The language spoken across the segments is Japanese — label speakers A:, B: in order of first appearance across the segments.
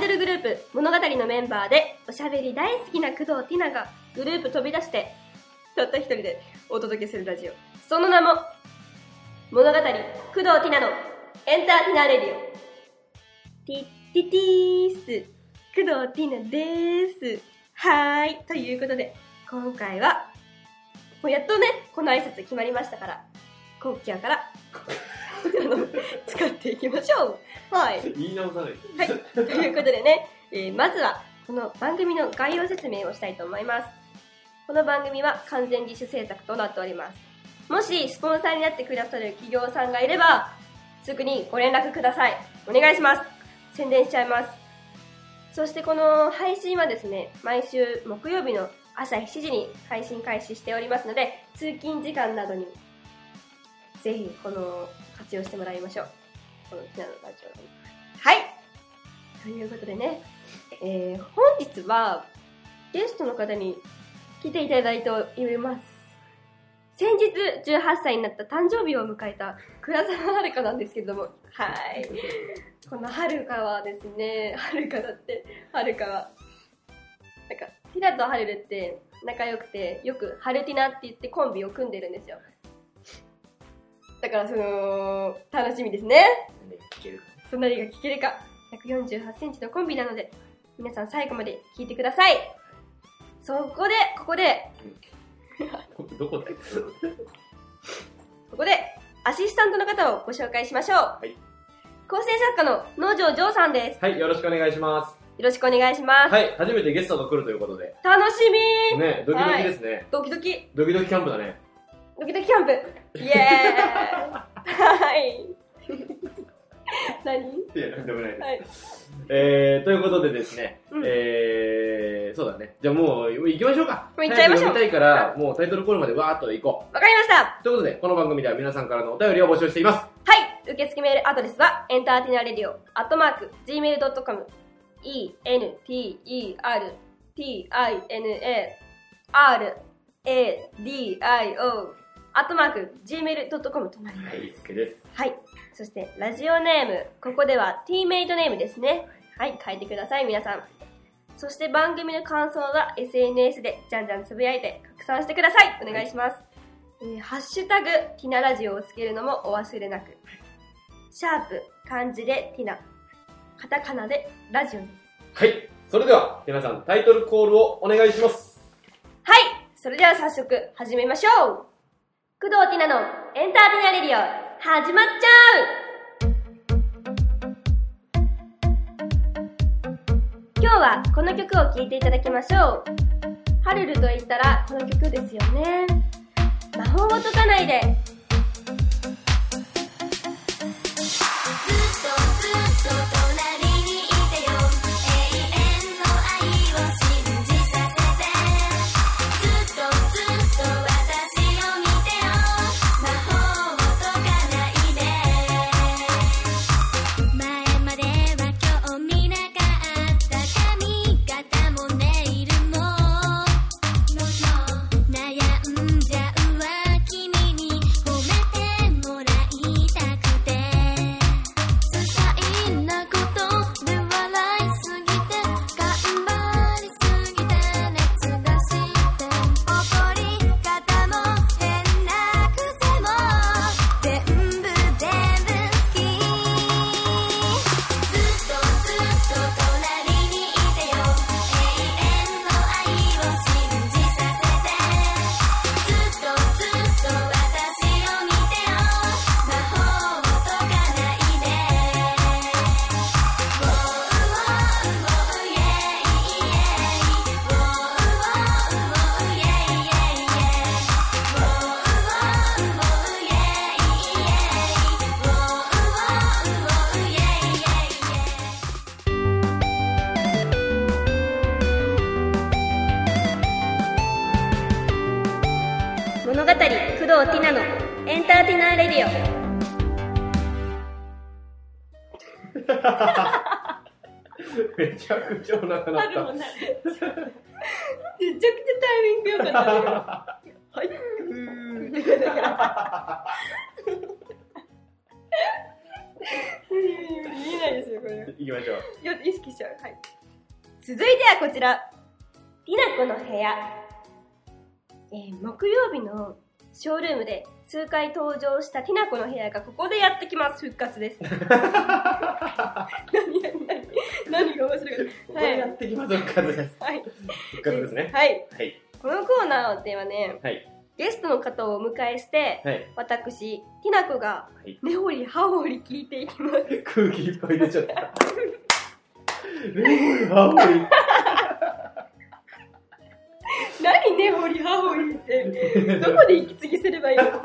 A: ドルグループ物語のメンバーで、おしゃべり大好きな工藤ティナがグループ飛び出して、たった一人でお届けするラジオ。その名も、物語工藤ティナのエンターティナーレディオ。ティッティティース。工藤ティナです。はーい。ということで、今回は、もうやっとね、この挨拶決まりましたから、コッキャーから、あの使っていきましょう。はい。
B: 言い直さない で
A: はい、ということでね、えーまずはこの番組の概要説明をしたいと思います。この番組は完全自主制作となっております。もしスポンサーになってくださる企業さんがいれば、すぐにご連絡ください。お願いします。宣伝しちゃいます。そしてこの配信はですね、毎週木曜日の朝7時に配信開始しておりますので、通勤時間などに、ぜひこの活用してもらいましょう。このひなのラジオのはいということでね、えー本日はゲストの方に来ていただいております。先日18歳になった誕生日を迎えた倉沢遥香なんですけれども、はい。この遥香はですね、遥香だって、遥香は、なんか、ティラとハルルって仲良くて、よくハルティナって言ってコンビを組んでるんですよ。だからその、楽しみですね。
B: 聞ける
A: そんなりが聞けるか。148センチのコンビなので、皆さん最後まで聞いてください。そこで、ここで、
B: どこだよ
A: ここで、アシスタントの方をご紹介しましょう。
B: い
A: 構成作家の農場ジョーさんです。
B: はい、よろしくお願いします。
A: よろしくお願いします。
B: はい、初めてゲストが来るということで。
A: 楽しみー
B: ね、ドキドキですね。
A: ドキドキ、
B: ドキドキキャンプだね。
A: ドキドキキャンプ。 イエーイはい。 何
B: いや、なんでもないです。
A: はい。
B: えー、ということでですね、
A: うん
B: えー、そうだね。じゃあもう、行きましょうか。
A: もう行っちゃいましょう
B: 早く読みたいから、もうタイトルコールまでわーっと行こ
A: わかりました
B: う。ということで、この番組では皆さんからのお便りを募集しています。
A: はい受付メールアドレスは、エンターテイナーレディオ、アットマーク、gmail.com、e, n, t, e, r, t, i, n, a, r, a, d, i, o、アットマーク、gmail.com となります。
B: はい、いすけです。
A: はい。そして、ラジオネーム。ここでは、ティーメイトネームですね。はい。書いてください、皆さん。そして、番組の感想は SNS で、じゃんじゃんつぶやいて、拡散してください。お願いします。えーハッシュタグ、ティナラジオをつけるのもお忘れなく。シャープ、漢字でティナ。カタカナでラジオです。
B: はい、それでは、皆さんタイトルコールをお願いします。
A: はいそれでは早速、始めましょう工藤ティナのエンターティナレディオ、始まっちゃう今日はこの曲を聴いていただきましょう。ハルルと言ったらこの曲ですよね。魔法を解かないで。
C: ずっとずっと隣にいてよ永遠の愛を信じさせてずっとずっと私を見てよ魔法を解かないで前までは興味なかった髪型もネイルも悩んじゃうわ君に褒めてもらいたくて些細なことで笑いすぎて頑張りすぎて熱出して怒り方も変な癖も全部全部好きずっとずっと隣にいてよ永遠の愛を信じさせてずっとずっと私を見てよ魔法を解かないで Wow wow yeah yeah Wow wow yeah yeah yeah Wow wow yeah yeah Wow wow yeah yeah yeah
A: 物語工藤ティナのエンターテイナーレディオ。
B: めちゃくちゃお腹鳴 った。
A: なめちゃくちゃタイミング良かったね。はい。れないですよ、これは。
B: 行きましょう。
A: よ意識しちゃう。はい。続いてはこちら。りなこの部屋。えー木曜日のショールームで数回登場したティナコの部屋がここでやってきます。復活 です。何何何何が面白いか
B: ここでやってきます、復活です。
A: はい。
B: 復活ですね。
A: はい。
B: はい。
A: このコーナーではね、
B: はい。
A: ゲストの方をお迎えして、
B: はい。
A: 私、ティナコが
B: はい
A: 根掘り葉掘り聞いていきます。
B: 空気いっぱい出ちゃった。レモン、ハ
A: 何ね掘り葉掘りってどこで息継ぎすればいいの本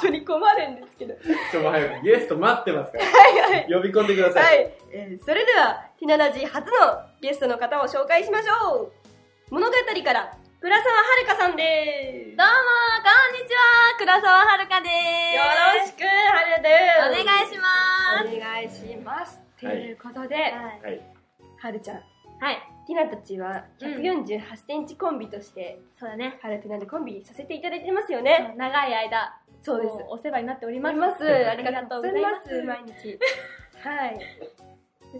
A: 当に困るんですけどは
B: ちょっと早く、ゲスト待ってますから。
A: いはい
B: 呼び込んでくださ。
A: はいい、えーそれではティナラジ初のゲストの方を紹介しましょう物語から倉沢遥さんで
D: どうもこんにちは倉沢遥です
A: よろしく遥です
D: お願いします
A: お願いしますと
B: はい
A: いうことで、
D: はい
B: はい。
A: はるちゃん
D: はい
A: ティナたちは148センチコンビとして、
D: そうだね
A: ハルティナでコンビさせていただいてますよね、
D: 長い間
A: そうです
D: もうお世話になっており
A: あ
D: ま
A: り
D: す
A: ます。ありがとうございま
D: あり
A: す。
D: がと
A: 毎日。はい。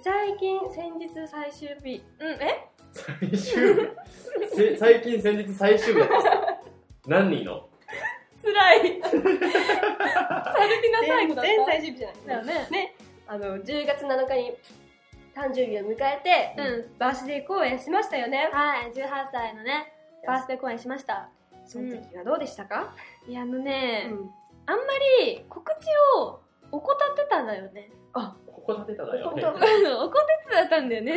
A: 最近、先日最終日。
D: うんえ
B: 最終日せ最近先日最終日だったんですか何人の
D: 辛いさるきな最後だった
A: 全最終日じゃ
D: だ
A: な
D: よ
A: い。
D: ね
A: あの、10月7日に誕生日を迎えて、
D: う
A: バースデー公演しましたよね
D: ん。はい18歳のねバースデー公演しました
A: その時はどうでしたか、
D: いやあの
A: う
D: ね、
A: ん、
D: あんまり告知を怠ってたんだよね
B: ここ立てただよね
A: ここ
D: 怠ってたんだよね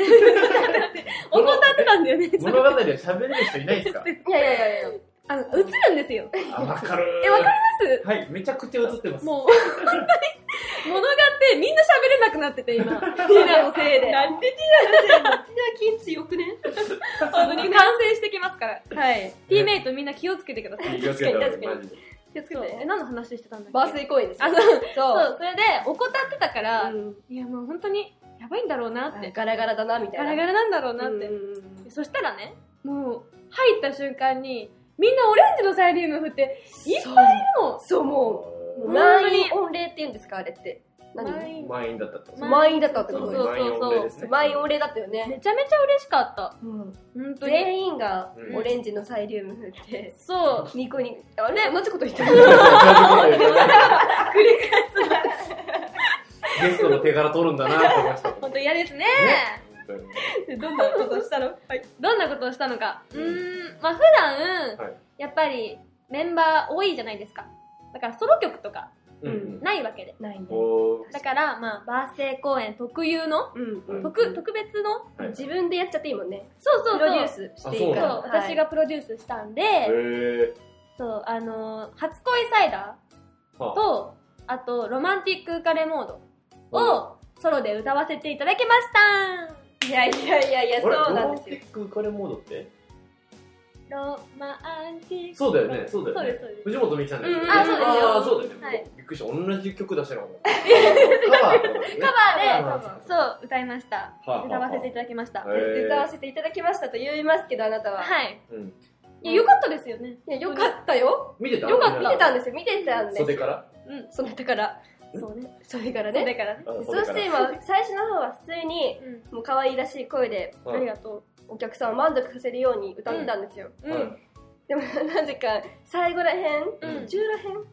D: 怠ってたんだよね
B: 物語で喋れる人いないですか
A: いやいやいやいや。
D: あの映るんですよ
B: あわかる
D: えわかります
B: はいめちゃくちゃ映ってます
D: もう、本当に、物があって、みんな喋れなくなってて、今。ティナのせいで。
A: なんでティナのせいなのティナキン強くね。
D: 本当に感染してきますから。
A: はい。
D: ティーメイトみんな気をつけてください。
B: 気をつけてください
A: 確かに
B: マジで
A: 気をつけ
D: そうえ、
A: て。
D: 何の話してたんだっけ
A: バースデー公演ですよ。
D: あ、そう。
A: そ
D: そう、それで、怠ってたから、
A: うん
D: いや、もう本当に、やばいんだろうなって。
A: ガラガラだな、みたい
D: ガ
A: な。
D: ラガラなんだろうなって。
A: うんうんうん
D: でそしたらね、もう、入った瞬間に、みんなオレンジのサイリウム振って、いっぱいいるの
A: そう、もう、もう
D: 本当
A: 満
D: に
A: 員御礼って言うんですか、あれって。何
D: 満員
B: 満員だったってこと
D: 満員
A: 満員だったって
D: そ
A: こ
D: う
A: と
D: そう
B: 満員御礼ですね
A: 満員御礼だったよね。
D: めちゃめちゃ嬉しかった。
A: うん
D: 本当に。
A: 全員が
B: うん
A: オレンジのサイリウム振って、
D: そう。
A: ニコニコ、あれ同じこと言ってる。
B: ゲストの手柄取るんだなって思いました
D: 本当嫌ですね。
B: 本当 に
A: どんなことしたのはい。
D: どんなことをしたのか。う
B: うん
D: ーん、まあ普段、
B: はい
D: やっぱりメンバー多いじゃないですか。だからソロ曲とか
B: うんうん
D: ないわけで。
A: ないね。
B: おー
D: だから、まあバースデー公演特有の、
A: うんうん。
D: 特、
B: うん
D: 特別の、
B: はい
A: 自分でやっちゃっていいもんね。
D: そうそうそう。
A: プロデュースしていい
D: そ
A: か
D: う、
A: ら。はい
D: 私が、プロデュースしたんで、
B: へ
D: そう、あのー初恋サイダ
B: ーは
D: ー
B: あ
D: と、あと、ロマンティックウカレモード
B: お
D: をソロで歌わせていただきました
A: いやいやいやいや、
B: あれ
A: そう
B: ロ
A: な
B: マ
A: ん
B: ン
A: ですよ
B: ティ。ックカレーモードって
D: ロマンティック。
B: そうだよねそうだ
D: そう
B: よ
D: です、
B: ね
D: そうです。
B: 藤本美貴さんだよね
A: うんあ
B: あー
D: そ
B: そうう
D: です
B: だよね、
D: はい
B: びっくりした同じ曲出したのかなカバーってことだよね
D: カバーで、
B: カバー
D: そう、歌いました。
B: はあ
D: 歌わせていただきました。
B: はいへー
A: 歌わせていただきましたと言いますけど、あなたは。
D: はい。
B: うん
D: いや、よかったですよね。
A: いや、よかったよ。
B: 見てた
A: よかった。見てたん
B: で
A: ですよ。見てたんです
B: 袖から
A: うん、そのだから、
D: そうね。
A: それから
D: そう
A: ね。
D: だからね。
B: あ
A: そ
B: 袖
A: し
B: か
A: て
B: ら
A: 今、最初の方は普通に、もう可愛らしい声で、
D: うん。ありがと
A: お客さんを満足させるように歌ってたんですよ。
D: う。う
B: はい
D: ん。
A: でもなぜか最後らへん、
D: うん
A: 中らへん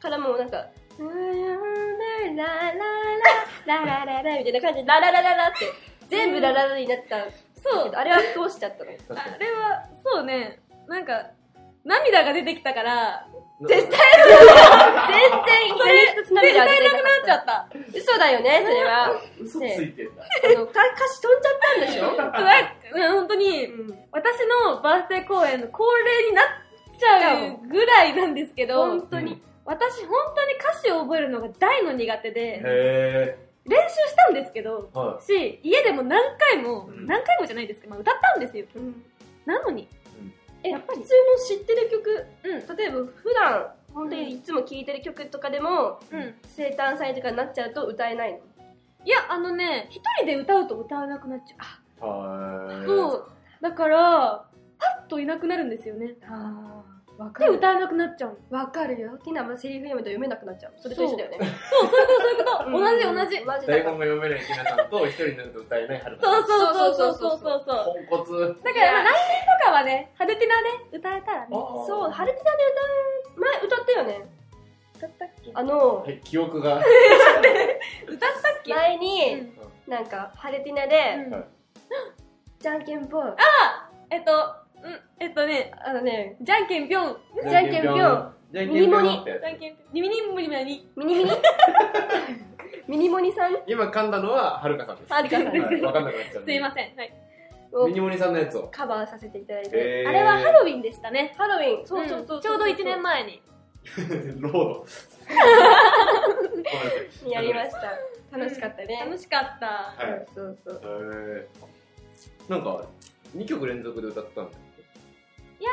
A: からもうなんか「うーんララララララララ」みたいな感じで「ラララララ」って全部「ララララ」になったんだ
D: そ
A: け
D: う。
A: どあれはどうしちゃったの
B: 確か
D: あれは、そうね。なんか、涙が出てきたから、
B: に
A: 絶対全然一人一つ
D: 歌え
A: 涙
D: な
A: が出て
D: くなっちゃった。
A: た嘘だよねそれはあ
B: 嘘ついてんだ
A: のか歌詞飛んじゃったんでしょ、
D: そうなんかうん本当に、
A: うん、
D: 私のバースデー公演の恒例になっちゃうぐらいなんですけど
A: 本、当に、
D: 私本当に歌詞を覚えるのが大の苦手
B: へ
D: で、
B: え
D: 練習したんですけど、
B: は
D: し、家でも何回も、
B: うん
D: 何回もじゃないですけど、まあ、歌ったんですよ。なのに。
A: え
D: やっぱり
A: 普通の知ってる曲
D: うん。
A: 例えば普段本当にいつも聴いてる曲とかでも、
D: うん。
A: 生誕祭とかになっちゃうと歌えないの
D: いや、あのね、一人で歌うと歌わなくなっちゃ
B: いは
D: う。
B: い
D: そう。だから、パッといなくなるんですよね。
A: あわか
D: で、
A: る。
D: 歌えなくなっちゃう。
A: わかるよ。好きなセリフ読むと読めなくなっちゃう。それと一緒だよね。
D: そう、そういうこと、そういうこと。
A: うん
D: 同じ、同じ。
A: 同じだ
B: 台
A: から
B: 本が読めないひなさんと、一人になると歌えない春菜
D: そう
B: さん。
D: そうそうそうそうそうそう。
B: ポンコツ。
D: だから、来年とかはね、ハルティナで歌えたらね。
A: そう、
B: は
A: ハルティナで歌う、前歌ったよね。
D: 歌ったっけ
A: あの、
B: い、記憶が。
D: 歌ったっけ
A: 前に、
D: うん
A: なんか、ハルティナで、
D: うん
B: はい
A: じゃんけんぽん。
D: えっと、うん、えっとね、
A: あのね、
D: じゃんけんぴょん。
A: じゃんけんぴょん
B: じゃんけんぴょんってやつ
D: じゃんけんぴょん。ミニミニミニ。
A: ミニミ ニミニモニさん
B: 今噛んだのははるかさんです。
A: はるかさん
B: はいわかんなくなっちゃう。
D: すいません。はい。
A: を
B: ミニモニさんのやつを。
A: カバーさせていただいて。
B: えー
D: あれはハロウィンでしたね。
A: ハロウィン、そ
D: そう
A: う
D: そ
A: そうう
D: そ。
A: そうう。
D: ちょうど1年前に。
B: ロー ド。ごめんなさい
A: にやりました。楽しかったね。
D: 楽しかった。
B: はい
A: そうそうそう。
B: へーなんか、2曲連続で歌ったんだよ
D: いや、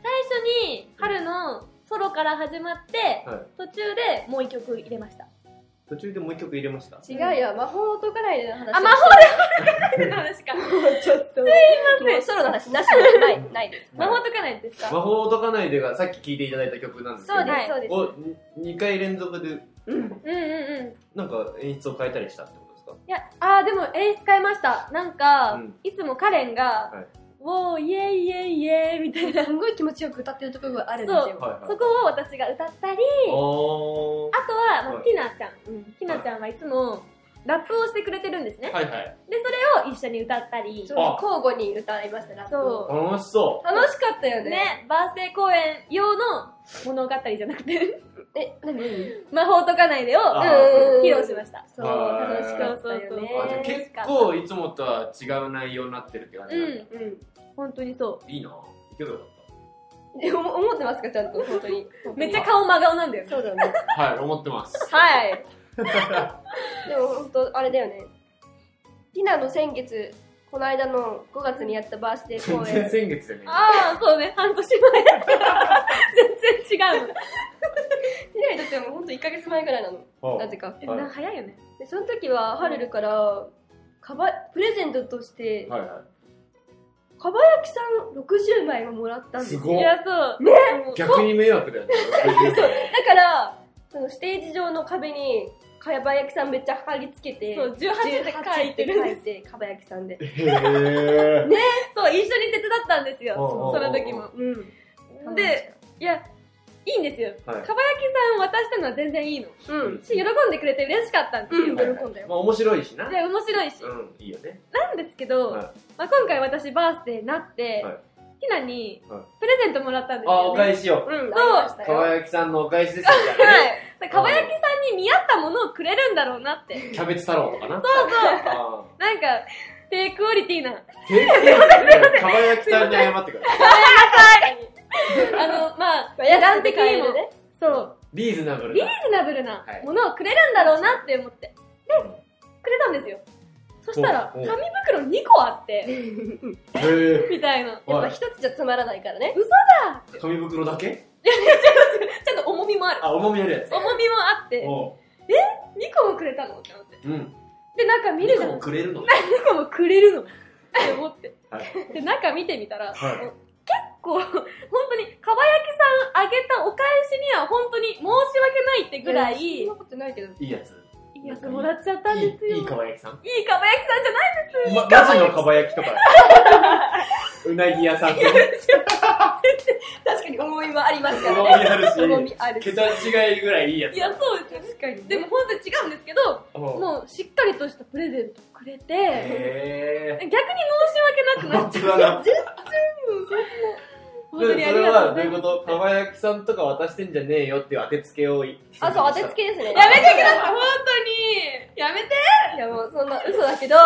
D: 最初に春のソロから始まって、
B: はい
D: 途中でもう一曲入れ ました。
B: 途中でもう1曲入れました。
A: 違うよ、魔法を解かないでの話。
D: あ魔
A: 法
D: 話か。
A: ちょっと。すいません。ソロの話なしで ない、ないです。
D: 魔法とかないですか
B: 魔法を解かないでがさっき聴いていただいた曲なんですけど、
A: そうです、そう
D: は
A: です。
B: を2回連続で、
D: うんうんうん。
B: なんか演出を変えたりしたってことですか
D: いや、あーでも演出変えました。なんか、
B: うん
D: いつもカレンが、
B: はい
D: おーイェイイェイイェイみたいな。
A: すんごい気持ちよく歌ってるところがあるんですよ。
B: はいはい。
D: そこを私が歌ったり、
B: お
D: あとは、まあ
B: はい
D: ティナちゃん、ティナちゃんはいつもラップをしてくれてるんですね。
B: ーはいはい。
D: で、それを一緒に歌ったり。
A: そ
D: そう
B: あ
A: 交互に歌いましたラップを
D: そ
B: 楽しそう
A: 楽しかったよ
D: う。
A: ね
D: ね、バースデー公演用の物語じゃなくて、
A: え何
D: 魔法解かないでを
B: あ
A: ー
D: 披露しました。
A: そう
B: はい
A: 楽しかったよね
D: そう
B: あじゃあ
D: ー
B: 結構いつもとは違う内容になってるって感じ
D: う
B: なんだ、
D: ん、
A: うん
D: 本当にそ
B: いいなぁいけばよかっ
A: えおも思ってますかちゃんと本当 に
D: う。めっちゃ顔真顔なんだよ。
A: そうだよね
B: たはい思って ます
A: はいでも本当あれだよねティナの先月この間の5月にやったバースデー
B: 全
A: 公
B: 然
A: 演
B: 先月じゃね
D: ああ、そうね、半年前。全然違うの。
A: ティナにとってはもう本当1ヶ月前ぐらいなの
B: えはあ
A: なぜか
D: え
B: はい
D: な早いよね。
A: でその時はハルルからかばプレゼントとして
B: はいは
A: かばやきさん60枚をもらったん
B: い
A: です
B: す
A: よ
B: ご
D: い
B: い
D: や、そう。
A: ね
D: うん
B: 逆に迷惑だ よね
A: だから、そのステージ上の壁に、かばやきさんめっちゃ貼り付けて、
D: そう、18って書いてるん
A: 書
D: で
A: い
D: す。
A: て、かばやきさんで。
B: へえ
D: そう、一緒に手伝ったんですよ。
B: おうおうおう
D: その時も。
A: うん。
D: で、いや、いいんですよ。
B: はい
D: かばやきさん渡したのは全然いいの。
A: うん。うん。
D: し、喜んでくれて嬉しかったんですよ。
A: うん喜んだよ
B: まあ面白いしな
D: で、面白いし。
B: うんいいよね
D: なんですけど、
B: はい
D: まあ、今回私バースデーになって、
B: はい
D: ティナに
B: はい
D: プレゼントもらったんです
B: ああお
D: よ、ね。
B: 返しよ
A: うん、
B: かわ
A: い
B: やきさんのお返しですよ
A: はい。
D: だからかばやきさんに見合ったものをくれるんだろうなって。
B: キャベツ太郎とかな
D: そうそう。
B: あ
D: なんか、低クオ リティな。
B: あ結構かばやきさんに謝ってくれ
D: あの、まあ、値
A: 値
D: 段
A: 段
D: 的
A: 的
D: に
A: に
D: も
A: も。、
D: そう、
B: リーズナブル
D: リ
B: な
D: ーズナブルな
B: はい
D: ものをくれるんだろうなって思って、くれたんですよ。そしたら、
B: お
D: 紙
B: うおう
D: 袋2個あって、
B: へえ
D: みたいな。
A: やっぱ
B: はい
A: 一つじゃつまらないからね。
B: 紙袋だけ
D: ちょっと重みもある。
B: あ重みあるやつ
D: 重みもあって、2
B: おう
D: 個もくれたのって思って。
B: うん
D: で、中見るじゃん。
B: も
D: 2
B: くれるの
D: 個もくれるの。って思って。
B: はい
D: で、中見てみたら、
B: はい
D: もう結構、本当に、かばやきさんあげたお返しには本当に申し訳ないってぐらい、い
A: そんなことないけど。
B: いいやつ
D: いやつもらっちゃったんですよ。
B: いいいかばやきさん
D: いいかばやきさんじゃない
B: まマジのかばやきとかうなぎ屋さんと か
A: 確かに重みもあります
B: う
A: から
B: な
A: ね。
B: ぎあるし
A: 重みあるし。
B: 桁違いぐらいいいやつ
D: いや、そうですよね。
A: 確かに。
D: で
A: で
D: も
A: も、
D: 本当に違うんですけど、
B: も
D: もうしっかりとしたプレゼントくれて、
B: へ
D: 逆に 申し訳なくな
B: 本
D: っち
B: 当
D: ゃう。
B: だな
D: 本当にあ
B: そ
D: り
B: れ
D: がと
B: は
D: う
B: ど
D: ござ
B: う
D: い
B: いう
D: ま
B: こ
D: す。
B: とかばやきさんとか渡してんじゃねえよっていう当てつけを
A: あ、そう、当てつ
B: け
A: けですね。
D: やめてください、本当に。やめて。
A: いやもうそんな嘘だけど、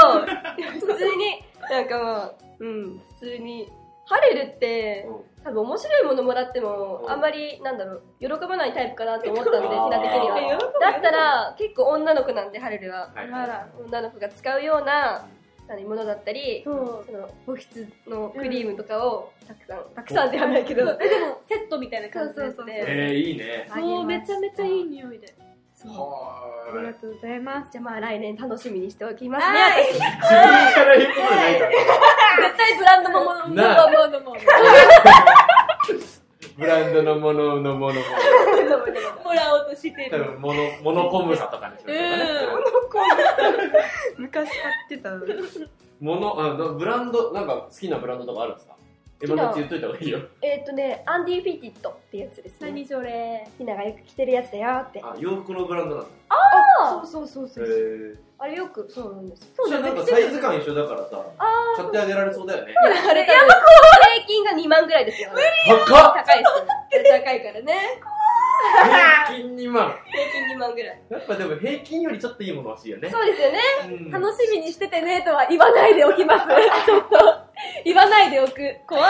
A: 普通に、なんかまあ、うん、普通に。ハレルって、多分面白いものもらっても
B: う、ん
A: あんまり、なんだろう、喜ばないタイプかなと思ったので、ひ
B: あー
A: な的に
B: いや
A: は
D: 喜。ぶ
A: だったら、結構女の子なんで、ハレルは。
B: はい
D: あら
A: 女の子が使うような、何、ものだったり、
D: そう。
A: その、保湿のクリームとかを、たくさん、たくさんではないけ
D: で
A: ど、
D: も、セットみたいな感じで。
A: そうそうそう
B: えーいいね
A: あげます
D: い匂いで。
A: そう
B: は
D: あり
B: ー
D: が
B: い
D: とうございます。
A: じゃあまあ、来年楽しみにしておきますね。
D: はい
A: 私
B: 自分から言うことじゃないから
D: 絶対ブランドもの、
B: なあ
D: ものものもの。
B: ブランド
A: して
B: 多
A: る。
B: 分モノ、モノコムサとかにしましょうかね。
D: う
A: 昔買ってたの。
B: モノ、あの、ブランド、なんか好きなブランドとかあるんですか今
A: きな
B: のうち言っといた方がいいよ。
A: えっとね、アンディ・フィティットってやつですね。
D: 何それ
A: ひながよく着てるやつだよって。
B: あ、洋服のブランドなんだ。
A: そうそうそう
B: へ
A: そう。
B: ー。
A: あれよく、そうなんですよ。
B: そしたらなんかサイズ感一緒だからさ、買ってあげられそうだよね。
A: あれ、やば平均が2万ぐらいですよ。無理
B: 高っ
A: 高いですよ。高いからね。
B: 平均2万。
A: 平均2万ぐらい。
B: やっぱでも平均よりちょっといいもの欲しいよね。
A: そうですよね。
B: うん
D: 楽しみにしててねとは言わないでおきます。ちょっと。言わないでおく。怖い。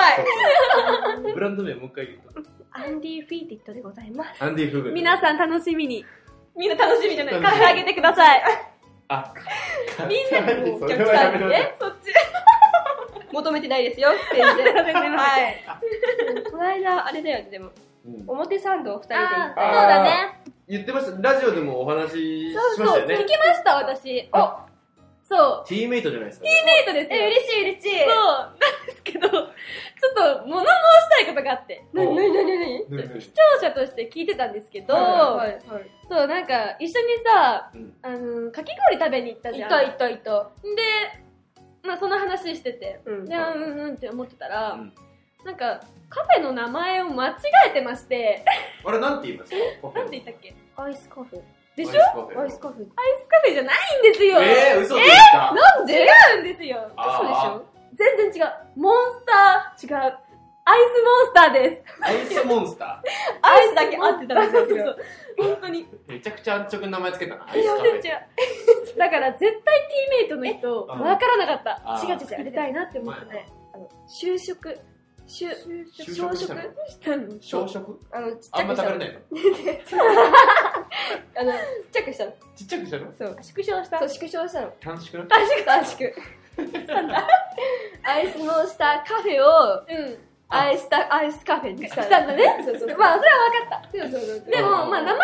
B: ブランド名もう一回言うと。
A: アンディ・フィティットでございます。
B: アンディ・フグ。
D: 皆さん楽しみに。みんな楽しみじゃない。
B: 楽
D: 買
B: しみ
D: ってあげてください。
B: あ、
D: みんな
B: に
D: に
B: お
D: お
B: 客
D: 客
B: さ
D: さ
B: ん
D: ん
B: に
D: に
B: ね
D: ね。そっち。
A: 求めてないですよって言って。。
D: はい
A: この間、あれだよね、でも。
B: うん
A: 表参道二人で行っ
D: あーそう
A: た。
D: だね。
B: 言ってました。ラジオでもお話ししま
D: そ
B: し
D: う
B: た
D: そう。
B: よ
D: 聞
B: ね。
D: きました、私。おそう。
B: ティーメイトじゃないですか。
D: デートですよ。
A: え、嬉しい嬉しい。
D: そう。なんですけど、ちょっと物申したいことがあって。
A: なになになになに
B: ねね
D: 視聴者として聞いてたんですけど、
B: はい
A: はい。
D: そう、なんか、一緒にさ、
B: うん
D: あの、かき氷食べに行ったじ
A: い
D: ゃん。
A: たいたいた。
D: で、まあ、その話してて、
A: うん
D: で、あうんうんって思ってたら、
B: うん
D: なんか、カフェの名前を間違えてまして、
B: あれ、なんて言いました
D: なんて言ったっけ
A: アイスカフェ。
D: でしょ
B: ょ
A: アイスカフェ。
D: カフェじゃないんですよ、
B: えー、嘘ですか
D: なんで違うんですよ
B: あー
D: 全然違う。モンスター、違う。アイスモンスターです。
B: アイスモンスタ
D: アイスだけ合ってたら
A: そう
D: そ
A: そ
D: うそうう。本当
B: ー。
D: に。
B: めちゃくちゃ安直な名前つけたな。アイ
D: 違
B: ス
D: う
B: カフェ
D: 違。う。だから絶対ティーメイトの人、
B: えうん
D: わからなかった。
B: あー
A: 違う違う、あれだよなって思ってね。あの、就職。就、
B: 就
A: 朝
B: 職し
A: 食
B: たの
D: したの
B: 小食
A: あの、ちっち
B: あ
A: ゃ
B: ん
A: く
B: ま
A: した
B: 食べれ
A: の。
B: ないの
A: あの、ちっちゃくしたの。
B: ちっちゃくしたの
A: そう。
D: 縮小した。
A: そう、縮小したの。
B: 短縮な
A: 短縮短縮。アイスの下カフェを、
D: うん。
A: アイスタ、アイスカフェにしたの。
D: したんだね
A: そうそう。
D: まあ、それは分かっ
A: そうそうそう。
D: た。でも、
B: うん
D: まあ、名前間違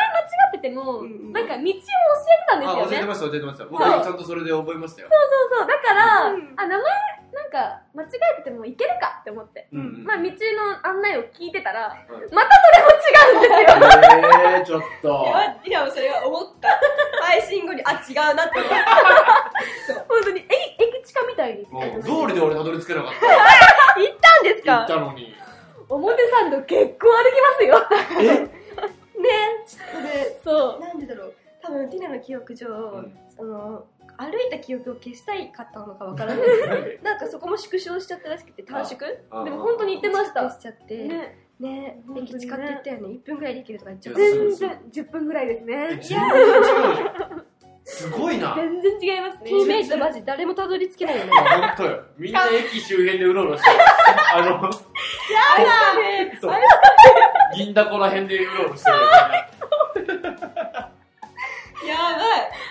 D: ってても、
A: うんうん
D: なんか道を教えてたんです
B: あ、
D: よ
B: 教えて
D: ね。
B: ました、教えてました。僕
D: そう
B: ちゃんとそれで覚えましたよ。
D: そうそう。だから、
A: うん
D: あ、名前、なんか、間違えててもいけるかって思って。
B: うんうん
D: まあ、道の案内を聞いてたら、
B: うん
D: またそれも違うんですよ。
B: えー、ちょっと。
A: やばいや、それは思った。配信後に、あ、違うなって思った。
D: 本当に、駅、駅地下みたいに。
B: もう、
D: 行
B: どうりで俺たどり着けなかった。
D: ったんです
B: 行っ
D: か
B: たのに。
D: 表参道結構歩きますよ。
B: え
D: ね。
A: で、
D: そう。
A: なんでだろう。多分、ティナの記憶上、
B: ん
A: その、歩いた記憶を消したいかったのかわから ない。
B: で
A: なんかそこも縮小しちゃったらしくて、短縮
D: でも本当に言ってました
A: しちゃって。
D: ね、
A: ね
D: 本当にね
A: 駅近って言ったよね1分ぐらいで行けるとか言っちゃう
B: 全
D: 全然10分ぐらいですね。
B: 全然違うじゃん。すごいな。
D: 全然違いますね。
A: ティーメイトマジ誰もたどり着けないよね
B: あ本当よ。みんな駅周辺でうろうろしてる。あの、そう。銀だこら辺でうろうろしてるよ。
A: やばい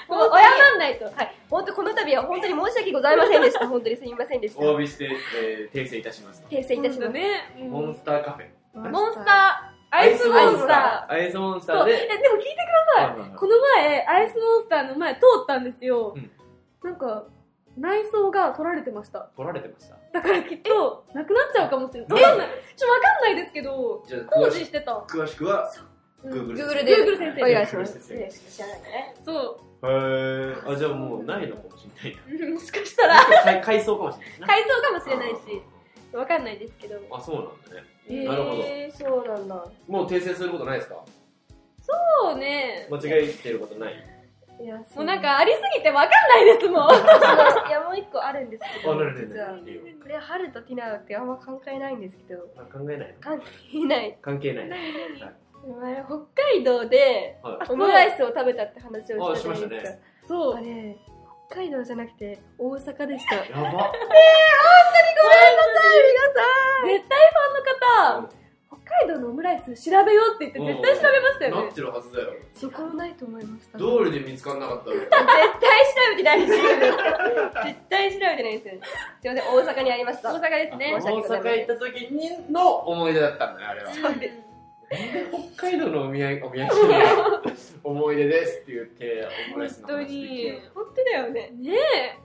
D: もう謝んないと。はい。
A: 本当この度は本当に申し訳ございませんでした本当にすみませんでした
B: みんなお詫びして、えー訂正いたします。
A: 訂正いたします
D: ね。うん
B: モンスターカフェ。
D: モンスター、アイスモンスター。
B: ー。アイスモンスタ
D: そ
B: ー
D: う。え、
B: で。
D: でも聞いてください。この前、アイスモンスターの前通ったんですよ
B: うん。
D: なんか、内装が取られてました。
B: 取られてました。
D: だからきっと、なくなっちゃうかもしれない。
B: え
D: わかんない。ちょっとわかんないですけど、
B: じゃあ
D: 工事してた。
B: 詳しくは、
D: うん
B: Google
A: Google
D: で
A: で
D: Google 先生
A: お願いしま
B: Google
A: す
B: 先
A: 知らないね
D: そ
B: へー。あ、じゃあもうないのかもしれないな。
D: う。 もしかしたら、
B: 改改装かもしれないな。
D: 改装かもしれないし、わかんないですけど。
B: あ、そうなんだね。
D: へー
B: なるほど
A: そうなんだ
B: もう訂正することないですか
D: そうね。
B: 間違えてることない
A: いや
D: もうなんかありすぎてわかんないですもん。
A: そういやもう一個あるんですけど
B: あなるほど
A: 実はい
B: いよ
A: これハルとティナってあんま関係ないんですけど
B: あ考えないの
A: 関 係ない
B: 関係ない
A: 前北海道で
B: はい
A: オムライスを食べたって話をしたじゃないですか
D: そ
A: あ
D: う。
A: れ、北海道じゃなくて大阪でした。
B: やば。
D: ごめんなさい、絶対ファンの方、北海道のオムライス調べようって言って絶対調べましたよ
B: な
D: ね
B: っ。てるはずだよ。
A: そこもないと思いました。
B: 道理で見つかんなかったよ。
A: 絶対調べてない ですよね。絶対調べてないですよね。すいません、大阪にありました。
D: 大阪ですね
B: 大。阪行った時にの思い出だったんだね、 あれは。
A: そうです
B: 北海道のお見合い、お見合い思い出ですって言って、オムライスの
D: 本当
B: 話聞い
D: に
B: て。。
A: 本当だよね。
D: ね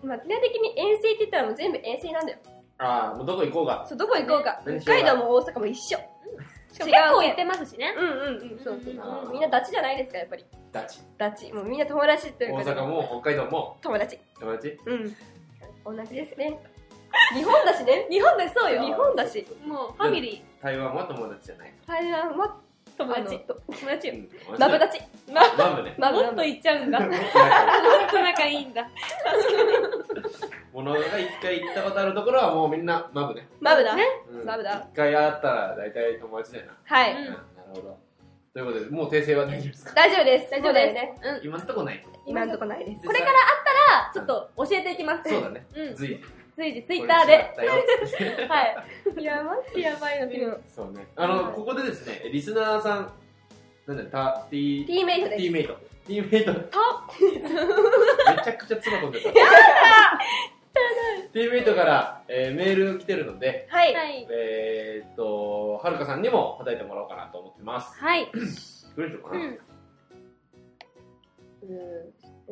D: え。
A: まあ、ティナ的に遠征って言ったらもう全部遠征なんだよ。
B: ああ、もうどこ行こうか。
A: そう、どこ行こうか。
B: ね
A: 北海道も大阪も一緒。
D: しかも結
A: 違う
D: 構言ってますしね。
A: うんうんうん、そうそう
B: うん
A: うんみんなダチじゃないですか、やっぱり。
B: ダチ。
A: ダチ。もうみんな友達とい
B: 大
A: うか。
B: 阪も北海道も
A: 友達。
B: 友達
A: うん。同じですね。日本だしね。
D: 日本でそうよ。
A: 日本だし。
D: もうファミリ
B: 台湾は友達じゃない。
A: 台湾は
D: ー、
A: 友
D: 友
A: 達
D: 達。
A: と。
D: 友達よ。
A: マブ
B: だ
A: ダチ。
B: マブね。
A: マブ
D: も
A: ダ
D: っと
A: チ。
D: 言っちゃうんだ。もっと仲いいんだ。
B: 物が一回行ったことあるところはもうみんなマブね。
A: マブだ。
D: ね
B: うん
A: マブだ。
B: 一回会ったら大体友達だよな。
A: は
D: う
A: い。
D: ん
B: なるほど。ということで、もう訂正は大丈夫ですか
A: 大丈夫です。大丈夫ですね。
D: うん。
B: 今のとこない。
A: 今んとこないです。
D: これからあったら、ちょっと教えていきます。
B: そうだね。
D: うん。
B: 随時。
D: 随時ツイッターで。
B: これ違ったよ。
D: はい。
A: いや、マジやばいな、今。
B: そうね。あの、ここでですね、リスナーさん、なんだよ、た、ティー、
A: T メイト
B: テ
A: で
B: ィ
A: す。
B: ーメイト。ティーメイト。めちゃくちゃ唾飛んでた。ティーメイトから、えーメール来てるので、
A: はい。
D: はい。
B: えー、っと、はるかさんにも答えてもらおうかなと思ってます。
D: はい。
B: どれにしようか
D: う
B: な。
D: ん。
A: う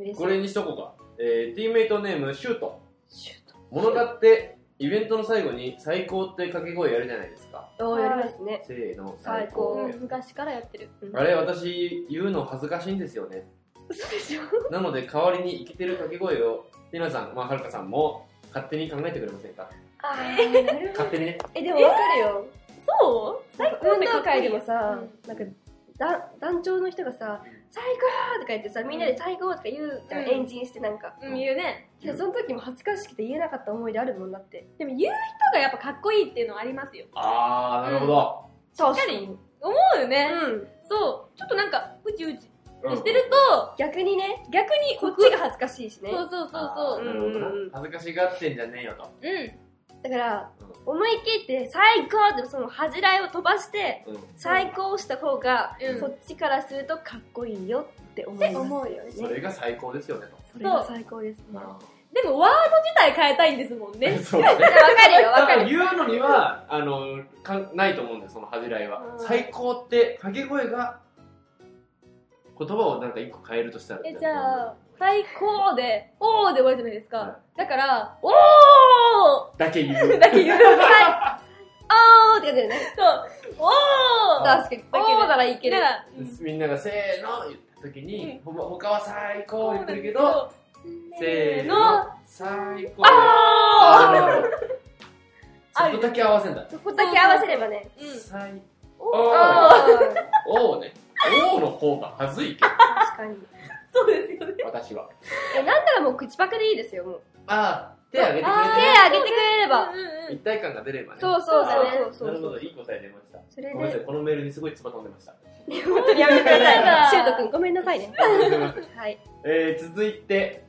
A: ん。嬉しい。
B: これにしとこうか。えー、ティーメイトネーム、シュート。
A: シュー
B: 物語って、イベントの最後に最高って掛け声やるじゃないですか。
A: ト。おー、やりますね。
B: せーの、
A: 最高
D: うん昔からやってる。
B: あれ、私、言うの恥ずかしいんですよね。
A: 嘘でしょ
B: なので代わりに生きてる掛け声をティナさん、まあ、はるかさんも勝手に考えてくれませんか
A: あー、なるほど。
B: 勝手にね
A: え、でもわかるよ。
D: そう
A: なんか運動会でもさ、
D: う
A: なんかだ団長の人がさ「最高!」とか言ってさみんなで「最高!」とか言うじゃん、
D: うん
A: エンジンしてなんか、
D: うん、言うね。
A: けどその時も恥ずかしくて言えなかった思い出あるもんだって
D: でも言う人がやっぱかっこいいっていうのはありますよ。
B: あーなるほど、
A: 確
D: かに思うよね。
A: うん
D: そう。ちょっとなんか、うちうちし
B: うん
D: てると、
A: 逆にね
D: 逆に
A: こっちが恥ずかしいしね
D: そうそうそう
B: あ
D: そ
B: ー
D: う。
B: なるほどな
A: うんうんうん
B: 恥ずかしがってんじゃねえよと、
D: う
A: だから
B: うん
A: 思い切って「最高!」ってその恥じらいを飛ばして
B: うん
A: 「最高!」をした方が、
D: うん
A: こっちからするとかっこいいよって思います
D: 思うよね
B: それが最高ですよねと
A: それが最高ですねわ
D: ん。でも、ワード自体変えたいんですもんね。
B: そうだね
A: かるよわ
B: 多
A: か
B: 分
A: る
B: 言うのにはあのかんないと思うんですその恥じらいは、
D: うん
B: 最高って掛け声が言葉をなんか一個変えるとしたら
D: え、じゃあ、最高で、おーで終わるじゃないです
B: は
D: か。だから、お
B: だけ言う
D: ー だけ言う。
A: あーって感じだよね
D: そう。おー
B: あ
A: 確かに
D: だけど
A: おーならいける
D: だから、
B: みんながせーの言った時に、ほ他は最高
D: そう
B: 言
D: な
B: っ
D: ん
B: て
D: で
B: る
D: すけ
B: け
D: ど
B: ど、せーの、最高。
D: あ
B: あなるほど
D: あ
B: そこだけ合わせんだ。
A: そこだけ合わせればね
D: ーうん。
B: 最
A: お
B: お
A: ー
B: おね。おの方がはずいけど、
A: 確かに
D: そうですよね。
B: 私は。
A: えなんならもう口パクでいいですよもう
B: ああ、手あげて
A: 手
B: くれ
A: あげてくれれば
D: うんうんう
B: て。
D: ん
B: 一体感が出ればね。
A: そうそう
D: だね
B: あー
A: そうそうそう
B: なるほど、いい答え出ました。
A: それ
B: ごめんなさ
A: で
B: い、このメールにすごい唾飛んで ました。
A: 本当にやめてくださいシ
D: シ
A: ュ
D: ュ
A: ート
D: ート
A: く
D: く
A: んごめんなさいねはい
B: えー、続いて、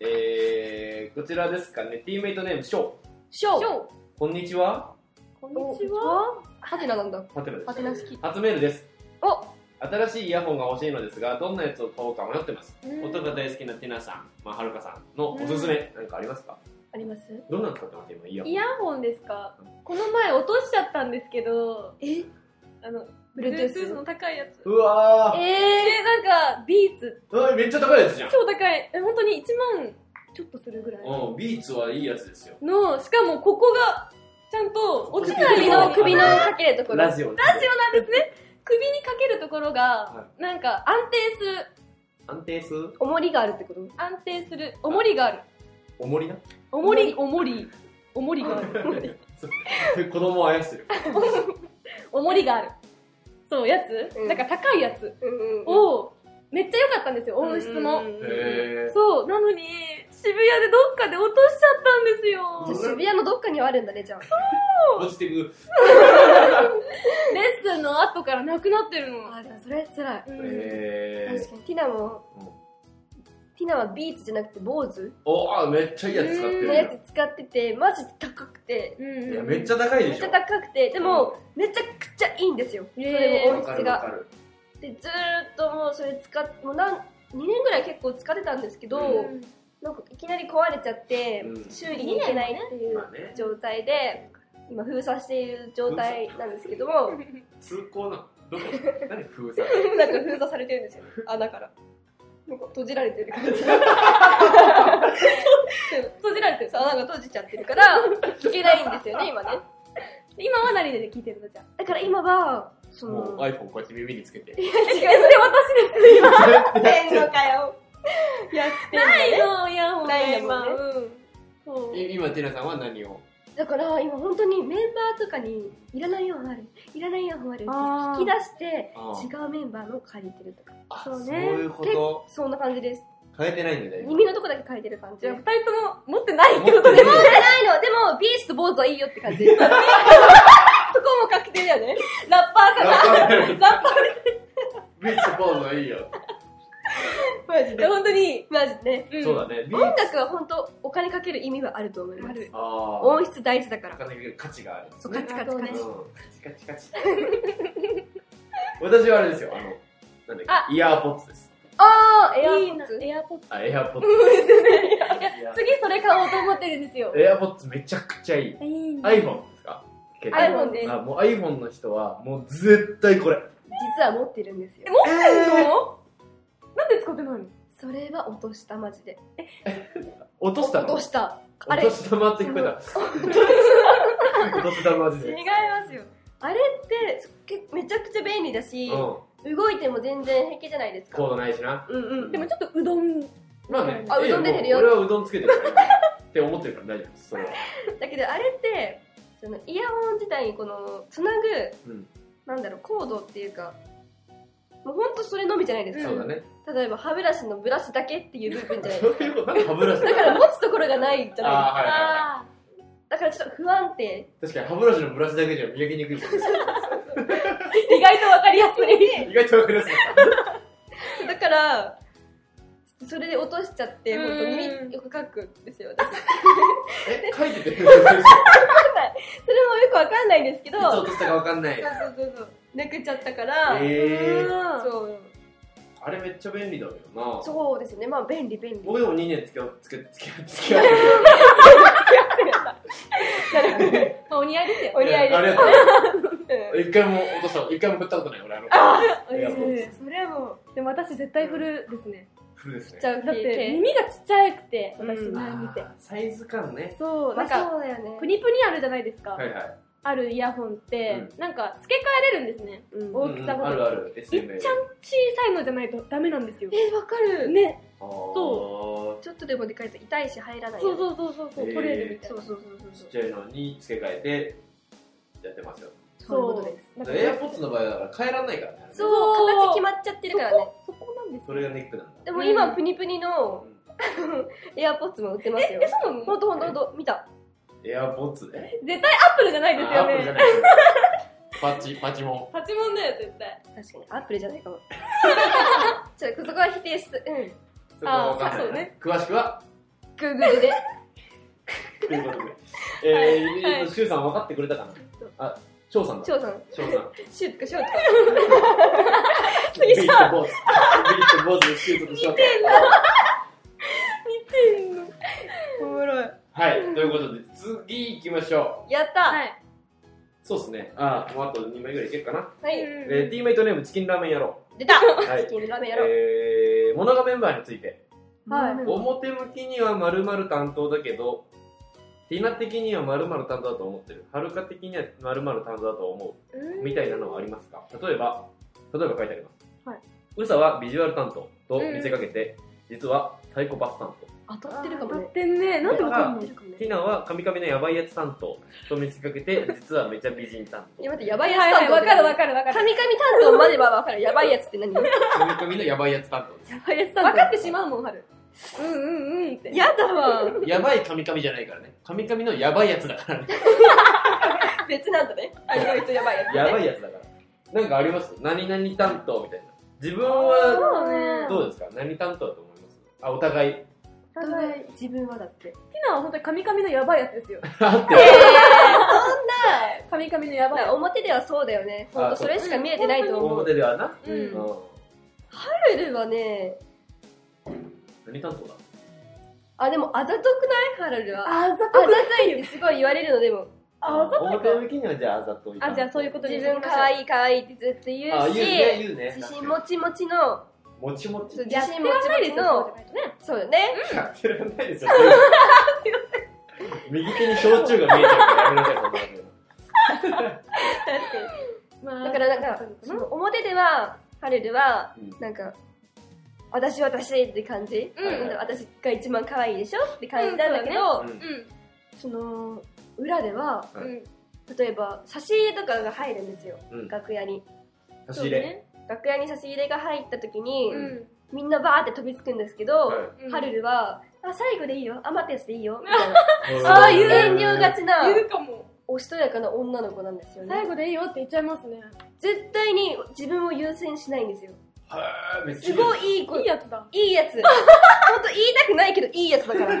B: えー、こちらですかね、ティーメイトネーム、ショウ。
A: ショ
D: シ
A: ー
D: ョー
B: こんにちは。
D: こん
A: こん
D: にち
A: にち
D: は。
A: はハテナなんだ
B: ハテナです
A: ハテナ好き
B: 初メールです。
A: お
B: 新しいイヤホンが欲しいのですが、どんなやつを買おうか迷ってます。
D: うん
B: 音が大好きなティナさん、まあ、はるかさんのおすすめ、なんかありますか
A: あります
B: どんなの使ってます今、イヤホン
D: イヤホンですかこの前落としちゃったんですけど、
A: え
D: あの、Bluetooth
A: Bluetooth
D: の高いやつ。
B: うわ
A: え
D: え、なんか、ビーツ。
B: ーうわめっちゃ高いやつじゃん。
D: 超高い。え本当に1万ちょっとするぐらい。
B: うん、ビーツはいいやつですよ。
D: の、しかもここが、ちゃんと落ち
A: ー
D: ない
A: 首
D: よう
A: の
D: に、
A: 首のかけるところ
B: ラジオ。ラ
D: 必要なんですね。首にかけるところが
B: は、
D: なんか安定する、
B: オ。安定数
A: 重りがあるってこと
D: 安定する、重りがある。
B: 重りな
D: 重り、重り、重りがある。
B: 子供をあやしてる。
D: 重りがある。そう、やつ、
A: うん
D: なんか高いやつ
A: うんうんうん
D: を、めっちゃ良かったんですよ、音質も。
A: うんうんうん
B: へー。
D: そう、なのに、渋谷でどっかで落としちゃったんです
A: じゃあ
D: よ。
A: 渋谷のどっかにはあるんだねじゃあ
B: ポジテ ィブ。
D: レッスンの後からなくなってるの。
A: あーでもそれ辛い
D: うん
B: えー
A: 確かにティナも
B: うん
A: ティナはビーツじゃなくて坊主
B: おー、めっちゃいいやつ使って
D: うん
B: る
A: の
B: や
A: やつ使っててマジで高くて
D: うん
B: ん。
D: い
B: いや、
D: や
B: めっち
D: ゃ
B: ゃ高い
A: め
B: で
A: っ
B: し
A: ち
B: ょ。
A: ゃ高くてでもめちゃくちゃいいんですよそ
D: へー
A: れも
B: わ
A: 音
B: か
A: 質
B: るわか
A: が
B: る。
A: でずーっともうそれ使ってもうなん2年ぐらい結構使ってたんですけど、
B: う
A: なんかいきなり壊れちゃって、
B: うん
A: 修理に行けないっていう
B: まあね。
A: 状態で今封鎖している状態なんですけども なんか
B: 通 行なの。どこ何封鎖。
A: 封鎖されてるんですよ穴からなんか閉じられてる感じ
D: 閉じられて る。
A: そう穴が閉じちゃってるから聞けないんですよね今ねで
D: 今は何で聞いてるのじゃあ。
A: だから今は、そ
B: もう
A: の、
B: iPhone こうやって耳につけて。
D: 違う、それ私です。今。
A: やってんのかよ。やってんの
D: ない
A: ね。
D: の、イヤホンが
A: ないんだ
D: 今。
A: もんね
D: うん。そう。
B: え今、テラさんは何を
A: だから今本当にメンバーとかに、いらないイヤホンある、いらないイヤホンあるって
D: あ
A: 聞
D: ー
A: き出して、
B: あー
A: 違うメンバーのを借りてるとか。
B: あ、
A: そ
B: そうう
A: ね
B: いうこと。
A: そんな感じです。
B: 変えてないんだよ、今。
A: 耳のとこだけ変えてる感じ。
D: じゃあ、
A: 持っ
D: 二
A: て
D: 人とも持ってないってこ
B: 持
D: と
B: っ
D: ね
B: てな
A: な
B: い。
A: いの、でも、ビースと坊主はいいよって感 じ。そこはもう確定だよね。
D: ラッパーかな。ラッパ
B: ビーチポーズはいいよ。
A: マジ
D: ーで、。本当に。
A: マジで。
D: うん
B: そうだね。ビ
A: 音
B: ーチ。
A: 楽は本当お金かける意味はあると思います
D: ある。
B: あー。
A: 音質大事だか
B: な
A: ら。
B: かなか価値がある。
A: そう、カチカチカ
D: ね
A: チ。
B: うんカチカチカチ。私はあれですよ、あの、なんだっ
A: あ
B: け、イヤーポッツです。
A: あー、エア
D: い
A: ポ
D: い
A: ッ
D: な
A: ツ。
D: エアポッツ。
B: あ、エアポ ッツ。いや
D: 次それ買おうと思ってるんですよ。
B: エアポッツめちゃくちゃいい。
D: いいんだ。
B: iPhone ですか
A: iPhone です
B: あ、もう iPhone の人は、もう絶対これ。
A: 実は持ってるんですよ
D: え。持ってんのなんで使ってないの
A: それは落とした、マジで。
B: 落とした
A: 落
B: の
A: とした。あ
B: 落
A: れ
B: と、し玉って聞こえた。落とし玉味
A: 違い
B: で。
A: ますよ。あれって、けめちゃくちゃ便利だ
B: う
A: し
B: ん。、コ
A: 動いても全然平気じゃないです
B: ー
A: か。
B: ドないしな。
A: うんうん。
D: でもちょっとうどん。
B: まあね。
A: あうどん出てるよ
B: いやもう俺はうどんつけてるから。って思ってるから大丈夫です。それは。
A: だけど、あれって、そのイヤホン自体にこの、つなぐ、
B: うん。
A: なんだろう、コードっていうか、もうほんとそれのみじゃないですか。
B: そうだね。
A: 例えば、歯ブラシのブラシだけっていう部分じゃないで
B: そう
A: すか。
B: いうこと、なんか歯ブラシ
A: だから持つところがないじゃないですか。
B: あーはいはいはい
D: あ
A: だからちょっと不安定。
B: 確かに歯ブラシのブラシだけじゃ磨きにくいもんね
D: ー意外とわかりやすい。
B: 意外とわかりやすい。
A: だから、それで落としちゃって、
D: うん
A: 本当耳よく書くんですよ。私
B: え、書いてて。いつ落
A: それもよくわかんないんですけど、そう
B: としたかわかんない。
A: そうそうそう、なくちゃったから、
B: えー。
A: そう
B: あれめっちゃ便利だけどな。
A: そうですね、まあ便利便利。
B: 僕でも2年付き合う、付き合う、付き合う、付き合う。
D: まあお似合いですよ。
A: お似合い
B: あり
A: で
B: が
A: す
B: とう。
A: うん。
B: 一回も落とした、一回もぶったことない、俺、あの、
D: お似合いです
A: それはもう、
D: でも私絶対振るですね。
B: フルです
A: ち
B: ね。
A: ゃう
D: だっ
A: 系
D: て耳がちっちゃくて、私
A: うん
D: 前見て。
B: あーサイズ感ね。
D: そう、
A: ま
D: な
A: あ
D: んか、
A: そうだよね。
D: プニプニあるじゃないですか。
B: はいはい。
D: あるイヤホンって、なんか付け替えれるんですね。
A: うん
D: 大きさ
B: うんう
D: ご
B: ん
D: と
B: あるある。
D: いっ
B: SMA
D: ちゃん小さいのじゃないとダメなんですよ。
A: え、わかる。
D: ね。
B: そ
A: ちょっとでもでかいと痛いし入らない。
D: そうそうそうそう、そう
B: えー
D: 取れるみたい
A: そ
D: な
A: う。そうそうそう
B: う。ち
A: そ
B: っ
A: う。
B: ちゃいのに付け替えて、やってますよ。
A: そういうことです。
D: なんか
B: エアポッツの場合はだから変えらんないからね。
A: そうう、形決まっちゃってるからね。
D: そこなんです
B: それがネックなんだ。
A: でも今、
D: うん
A: プニプニ
B: う
A: の
B: ん
A: エアポッツも売ってますよ
D: え、。そうなの
A: ほんとほんとほんと、見た。
B: エアポッツね。
D: 絶対アップルじゃないです
B: あア
D: よ
B: ップルじゃ
D: ね。
B: ない。 パチ、パチモ
D: パチモンだよ、絶対。
A: 確かに、アップルじゃないか も。ちょっと、そこは否定する。うん。
B: ン。そこはわかん
D: あー
B: な
D: そ
B: いう
D: ね
B: 詳しくは、
A: グーグルで。
B: ということ で。えー、
D: はい
B: えーと、シュウさん分かってくれたかなあ、ショウさんだ。シ
A: 翔さん。
B: ョウさん。
A: シューとかショーとか。
B: ビートボーズ。ビートボーズのシュートとショート。
A: おもろい。
B: はい、ということで、次行きましょう。
A: やった
D: は。
A: はい
B: そうですね。あー、もうあと2枚ぐらいいけるかな。
A: い。
B: えー、ティーメイトネームチキンラーメン野郎。
A: 出た
B: はい
A: チキンラーメンやろう。
B: えー、モナガメンバーについて。
D: はい
A: うん
B: 表向きには〇〇担当だけど、ティナ的には〇〇担当だと思ってる。はるか的には〇〇担当だと思う。みたいなのはありますか例えば、例えば書いてあります。
D: はい。
B: ウサはビジュアル担当と見せかけて、実はサイコパス担当。
A: 当
D: 当
A: たってるかも
D: 当
A: ね
D: たっ。てんね。なんでわか
A: 当
D: ん
A: た
D: の
A: ってるかもね。
B: ティナはカミカミのやばいやつ担当と見せかけ て、実はめちゃ美人担
A: いや、待って、やばいや
D: は
A: つ
D: いはい、
A: 担当。
D: わかるわかるわか
A: カ
D: る。
A: ミカミ担当まではわかる。やばいやつって何 や
B: 当。カミカミのやばいやつ担当で
A: ばいやつ
D: わ
A: か
D: かってしまうもん、はる。うんうんうんって。
A: やだわ。
B: す。やばいカミカミじゃないからね。カミカミのやばいやつだからね。
A: 別なんだね。あ、意外とやばいやつ。
B: やばいやつだから。なんかあります何々担当みたいな。自分
D: そ
B: は
D: うだね。
B: どうですか何担当だと思いますあ、お互い。
D: ただ、ティ
A: 自分はだって。
D: ナは本当にカミカミのやばいやつですよ。
B: あって。
D: カミカミのやばい
A: だ
D: や
A: から表ではそうだよね。ほんと、
B: あ
A: そ
B: そ
A: うれしか見えてないと思う。
B: 表ではな。
D: つ。
A: う
B: うんん。
A: ルールはね、
B: 何担当だ
A: あ、でもあざとくないハラルは。あ
D: あざ
A: ざ
D: とく。
A: といってすごい言われるのでも。
D: あざといか
B: 表向きにはじゃああざとい。
D: あ、じゃあそういうこと
A: 自分可愛い可愛いってずっと言
B: あ、
A: う
B: 言う
A: し、
B: ね、言うね。
A: 自信持ち持ちの、
B: もちもち。
A: そう
D: や
A: 自
D: って
A: 信
D: ら
A: 持
D: んない
A: ち持
D: です
A: ち
D: よ、
A: の
D: そう、じゃないとね。
A: そうだね。
B: やってらんないですよ。右手に焼酎が見えちゃうからやめなさい、こんなの
D: まあ
A: だからなんか、その表では、ハルルは、なんか、私私って感じ、
D: うん
A: なんか私が一番可愛いでしょって感じなんだけど、
B: うん
A: その、裏では、
D: うんうん
A: 例えば、差し入れとかが入るんですよ、
B: うん
A: 楽屋に。
B: 差し入れ。
D: ね
A: 楽屋に差し入れが入った時に、
D: うん
A: みんなバーって飛びつくんですけど、
B: はい
D: うん
A: ハルルは、あ、最後でいいよ、余ったやつでいいよ、みたい
D: あ
A: な。
D: ー言う
A: 遠慮がちな、
D: 言うかも
A: おしとやかな女の子なんですよね。
D: 最後でいいよって言っちゃいますね
A: 絶対に自分を優先しないんですよ。
B: はーめっちゃ
A: すご
B: い。
A: いいい子
D: いいやつだ
A: いい やつ。ほんと言いたくないけど、いいやつだから。イエー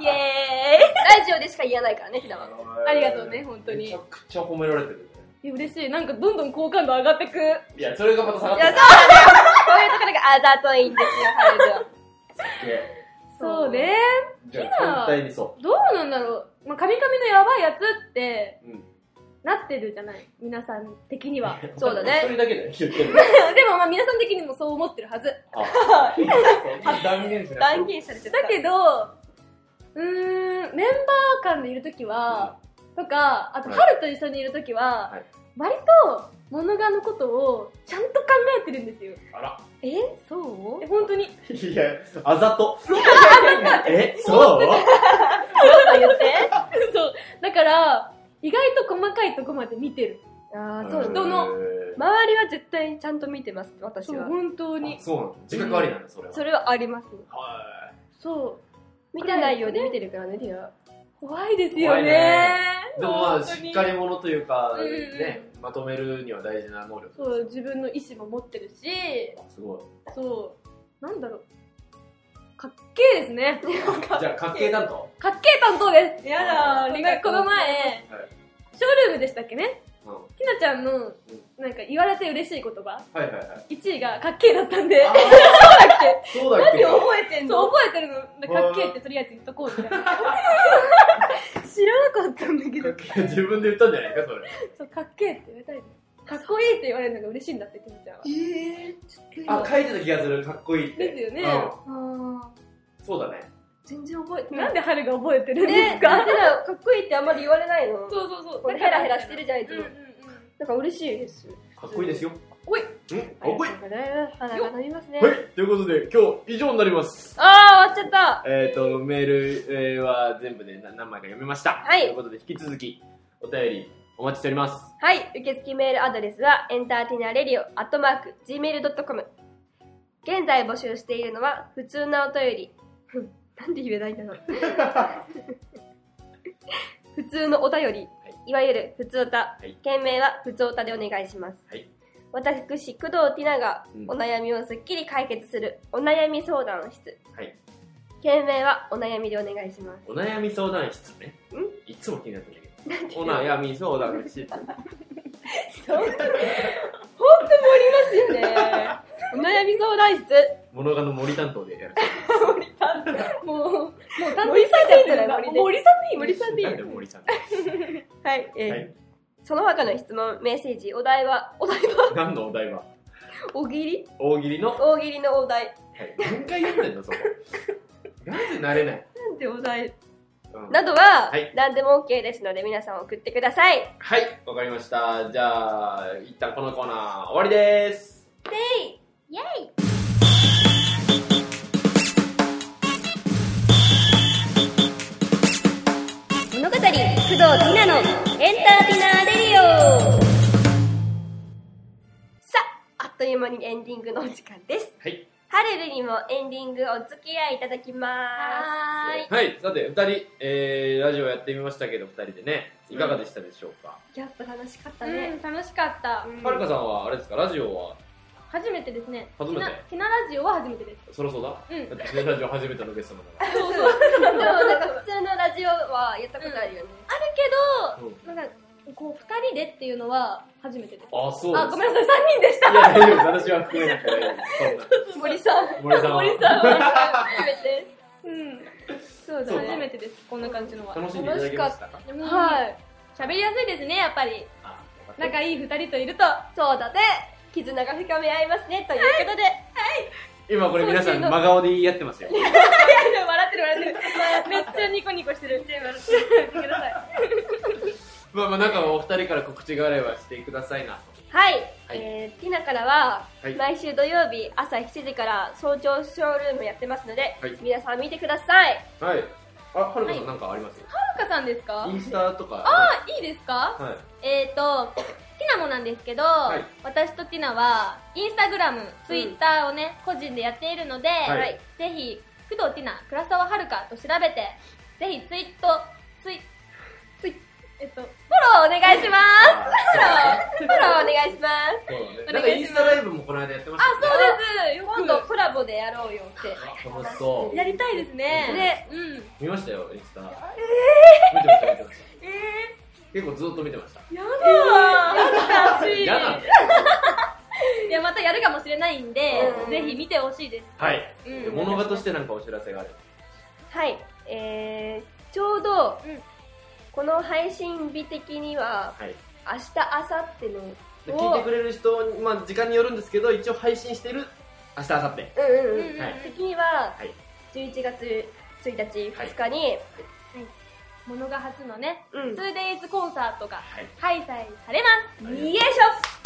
A: イ。ラジオでしか言えないからね、ひだは。
D: ありがとうね本当に
B: めちゃくちゃ褒められてるね。
D: いや嬉しいなんかどんどん好感度上がってく
B: いや、それがまた下がっ
A: い
B: て
A: や、そうなんだよ。こういうところがあざといんですよ、ハルルは。
B: るね
D: そうね
B: じゃあ、反対にそ
D: どうなんだろうまあカミカミのやばいやつって
B: う。うん
D: なってるじゃない皆さん的にはで
A: そうだね
B: 一人だけだよ、言ってる。
D: もまあ皆さん的にもそう思ってるはず
B: あそんな断言しなくて
A: 断言されてた。
D: だけどうーんメンバー間でいるときは、とかあと
B: はい
D: 春と一緒にいるときは、
B: はい
D: 割と物がのことをちゃんと考えてるんですよ
B: あら。
A: えそう
D: え本当に
B: いや、あざと。え、そう
A: そう言って。
D: そう。だから、意外と細かいとこまで見てる。
A: ああ、そう。
D: どの
B: へー
A: 周りは絶対ちゃんと見てます、私
D: そう、
A: は。
D: 本当に
B: あ。そうなの自覚ありなんだ、それは。
A: それはあります。
B: は
D: そ
A: 見た内容で見てるからね、ティア。
D: う。怖いですよ
B: 怖い
D: ね
B: ね。でもまあ、
D: 本当
B: しっかり者というか、
D: うんうんうん
B: ね、まとめるには大事な能力です。
D: そう、自分の意思も持ってるし、
B: すごい。
D: そう。なんだろう。かっけえですね。
B: じゃあ、関係担当
D: かっけえ担当です。
A: や
B: だ
D: なんかこの前、
B: はい
D: ショールームでしたっけね
B: うん。は
D: ひなちゃんの、なんか言われて嬉しい言葉、
B: いはいはい。
D: 1位がかっけえだったんで、
B: そうだっ
A: 何
B: け
A: 覚えてん
D: そう、
A: の
D: 覚えてるの。かっけえってとりあえず言っとこうみたいな。
A: 知らなかったんだけど。
B: 関係自分で言ったんじゃないか、それ。
D: そう、かっけえって言われたいのかっこいいって言われるのが嬉しいんだって、きみちゃんは。
A: え
B: あ、書いてた気がする。かっこいいって。
D: ですよね
B: う
A: あ
B: んそうだね。
A: 全然覚えてない
D: な。んで春が覚えてるんで
A: ね
D: す、
A: だ
D: か、
A: ってなかっこいいってあんまり言われないの。
D: そうそうそう。
A: これヘラヘラしてるじゃん、いつ
D: うんう
A: も
D: ん。
A: なんか嬉しいです。
B: かっこいいですよ。
D: おい
B: んかっこいい
A: ありがとうございます。鼻が伸びますね。
B: はい、ということで、今日以上になります。
A: あー、終わっちゃった。
B: えっ、と、メールえーは全部でな何枚か読みました。
A: はい
B: ということで、引き続き、お便りお待ちしております。
A: はい、受付メールアドレスは、エンターテイナーレディオ、アットマーク、gmail.com。現在募集しているのは、普通なお便り。ふんなんで言えないん だろう。普通のお便り、い、わゆる普通おた、
B: はい
A: 件名は普通おたでお願いします。
B: はい
A: 私、工藤ティナが
B: うん
A: お悩みをすっきり解決する、お悩み相談室。
B: はい
A: 件名はお悩みでお願いします。
B: お悩み相談室ね。
A: ん
B: いつも気になってるけど。お悩み相談室。
A: ほんと盛りますよね。 お悩み相談室。
B: 物がの森担当でやる。
D: うんもう、もう担当
A: 森さんでいいんじゃない
D: もう森さんでいい
A: 森さんでいい
B: なん
A: よ
B: で森さん。
A: はい、えー
B: はい
A: その他の質問、メッセージ、お題は、お題は、
B: 何のお題は
A: 大喜利
B: 大喜利の。は
A: 大喜利のお題。
B: い。何回読んでんの、そこ。なぜ慣れない。
A: なんてお題
B: うん
A: などは、
B: はい
A: 何でも OK ですので、皆さん送ってください。
B: はい、わかりました。じゃあ、一旦このコーナー終わりです。
A: イェイ物語、工藤ティナのエンターティナーレディオさあ、あっという間にエンディングのお時間です。
B: はい。
A: ハレルにもエンディングお付き合いいただきます。
D: は
B: はい、さて、二人、えー、ラジオやってみましたけど、二人でね、いかがでしたでしょうか。
A: やっぱ楽しかった
D: ーい。う
A: ね。
D: ん、楽しかった。
B: はるかさんは、あれですか、ラジオは、
D: 初めてですね。
B: 初めて
D: ひなひなラジオは初めてです。
B: そろそうだ。
D: うん
B: だ。って、ね、ラジオ初めてのゲストなのだか
D: そう そう。
A: でもなんか普通のラジオはやったことあるよね。
D: ある
B: ら。うん
D: けど、なんか、こう、二人でっていうのは初めてです。
B: あ、そうです。
D: あ、ごめんなさい、三人でした。
B: いや、大丈夫です、私は含めなくて大丈夫です。
A: 森さん、
B: そんな、森さんは。
D: 森さんは。
A: 初めて。
D: う
A: そ
D: ん。
A: う
B: そう
A: だ
B: だ
A: ね。
D: 初。めてです、こんな感じのは。
B: 楽しんでいただけましたか
D: はいい。喋りやすいですね、やっぱり。
B: あよかった
D: 仲いい二人といると。
A: そうだね。絆が深め合いますね。という ことで、
B: 今これ皆さ
A: そうんそう
B: 真顔で言い合ってますよ。
D: 笑ってる笑ってる。めっちゃニコニコしてる。めっちゃ笑ってる。
B: まあまあなんかお二人から告知があればしてくださいな
A: はい、
B: はい
A: えー、ティナからは、
B: はい
A: 毎週土曜日朝7時から早朝ショールームやってますので、
B: はい
A: 皆さん見てください
B: とはいあはるかさんなんかあります
D: かさんですか
B: インスタとか
D: ああ、いいですか
B: はい
D: えーと、ティナもなんですけど、
B: い
D: 私とティナは、インスタグラム、ツイッターをね、個人でやっているので、
B: い
D: はいぜひ、工藤ティナ、倉沢遥香と調べて、ぜひツイート、ツイ、ツイ、えっと、フォローお願いします
B: あ
A: フォローお願いします
B: そうだね
D: お
B: なんか
D: 願
B: イ
D: い
B: ン
D: し
B: ス
D: ます
B: タライブもこの間やってまし
D: あ、
B: たね
D: そうですよく
A: 今度コラボでやろうよって
B: あ楽しそう
D: やりたいですね。
A: ね
D: うん。
B: 見ましたよインスタ見てました見てました
A: え
B: 結構ずっと見てました
D: やだー
B: 嫌なんだよ
D: いや、またやるかもしれないんで
A: う、ん
D: ぜひ見てほしいです。
B: はい
D: うん
B: で物場としてなんかお知らせがある
A: ー、はいえー、ちょうど、
D: うん
A: この配信日的には
B: はい
A: 明日明後日
B: で
A: の
B: 聞いてくれる人にまあ時間によるんですけど一応配信してる明日明後日
A: うんうん、
D: う
A: うんん
D: うんうん
B: はい
A: 的には、
B: はい
A: 11月1日
B: はい
A: 2日に、
D: 物が初のね、
A: うん、
D: 2days コンサートが
B: はい
D: 開催されま
A: 逃げシ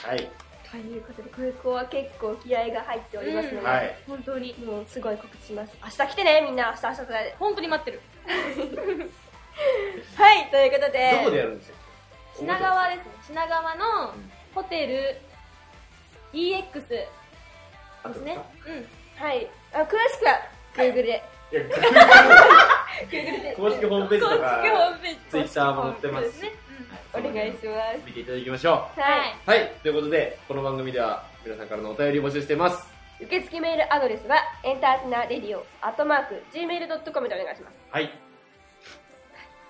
A: ョ
B: はい
A: ということでここは結構気合が入っておりますので、
D: うん
B: はい
D: す。本当に。
A: もうすごい告知します明日来てねみんな明日明日で
D: 本当に待ってる。
A: はいということで
B: どこでやるんですよ
D: 品川ですね。品川のホテル EX です
B: あそうで
D: ね。
B: す
D: う
A: はいあ詳しくは Google で
B: かいや
A: Google で
B: 公式ホームページとか
D: ムページ
B: ツイッターも載ってますし
D: ね。
A: お願いしま
B: 見ていただきましょ
A: す
D: うん
A: は
D: はいい。
B: うはいということでこの番組では皆さんからのお便りを募集してます
A: 受付メールアドレスはエンターテイナーレディオアットマーク Gmail.com でお願いします、
B: はい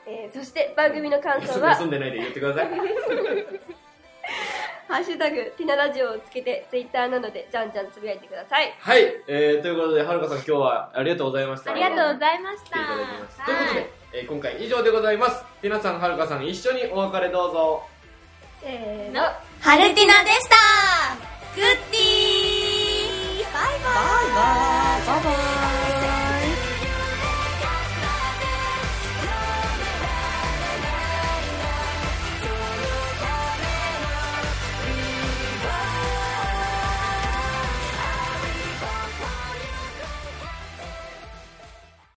A: えー、そして番組の感想
B: 休
A: は
B: んでないで言ってください
A: 「ハッシュタグティナラジオ」をつけて Twitter などでじゃんじゃんつぶやいてください
B: はい、えー、ということではるかさん今日はありがとうございました
D: ありがとうございまし
B: 来
D: た。
B: ていただきました、
D: はい
B: ということで、えー今回以上でございます皆さんはるかさん一緒にお別れどうぞ
A: せーの
D: の
C: ハルティナでしたグッド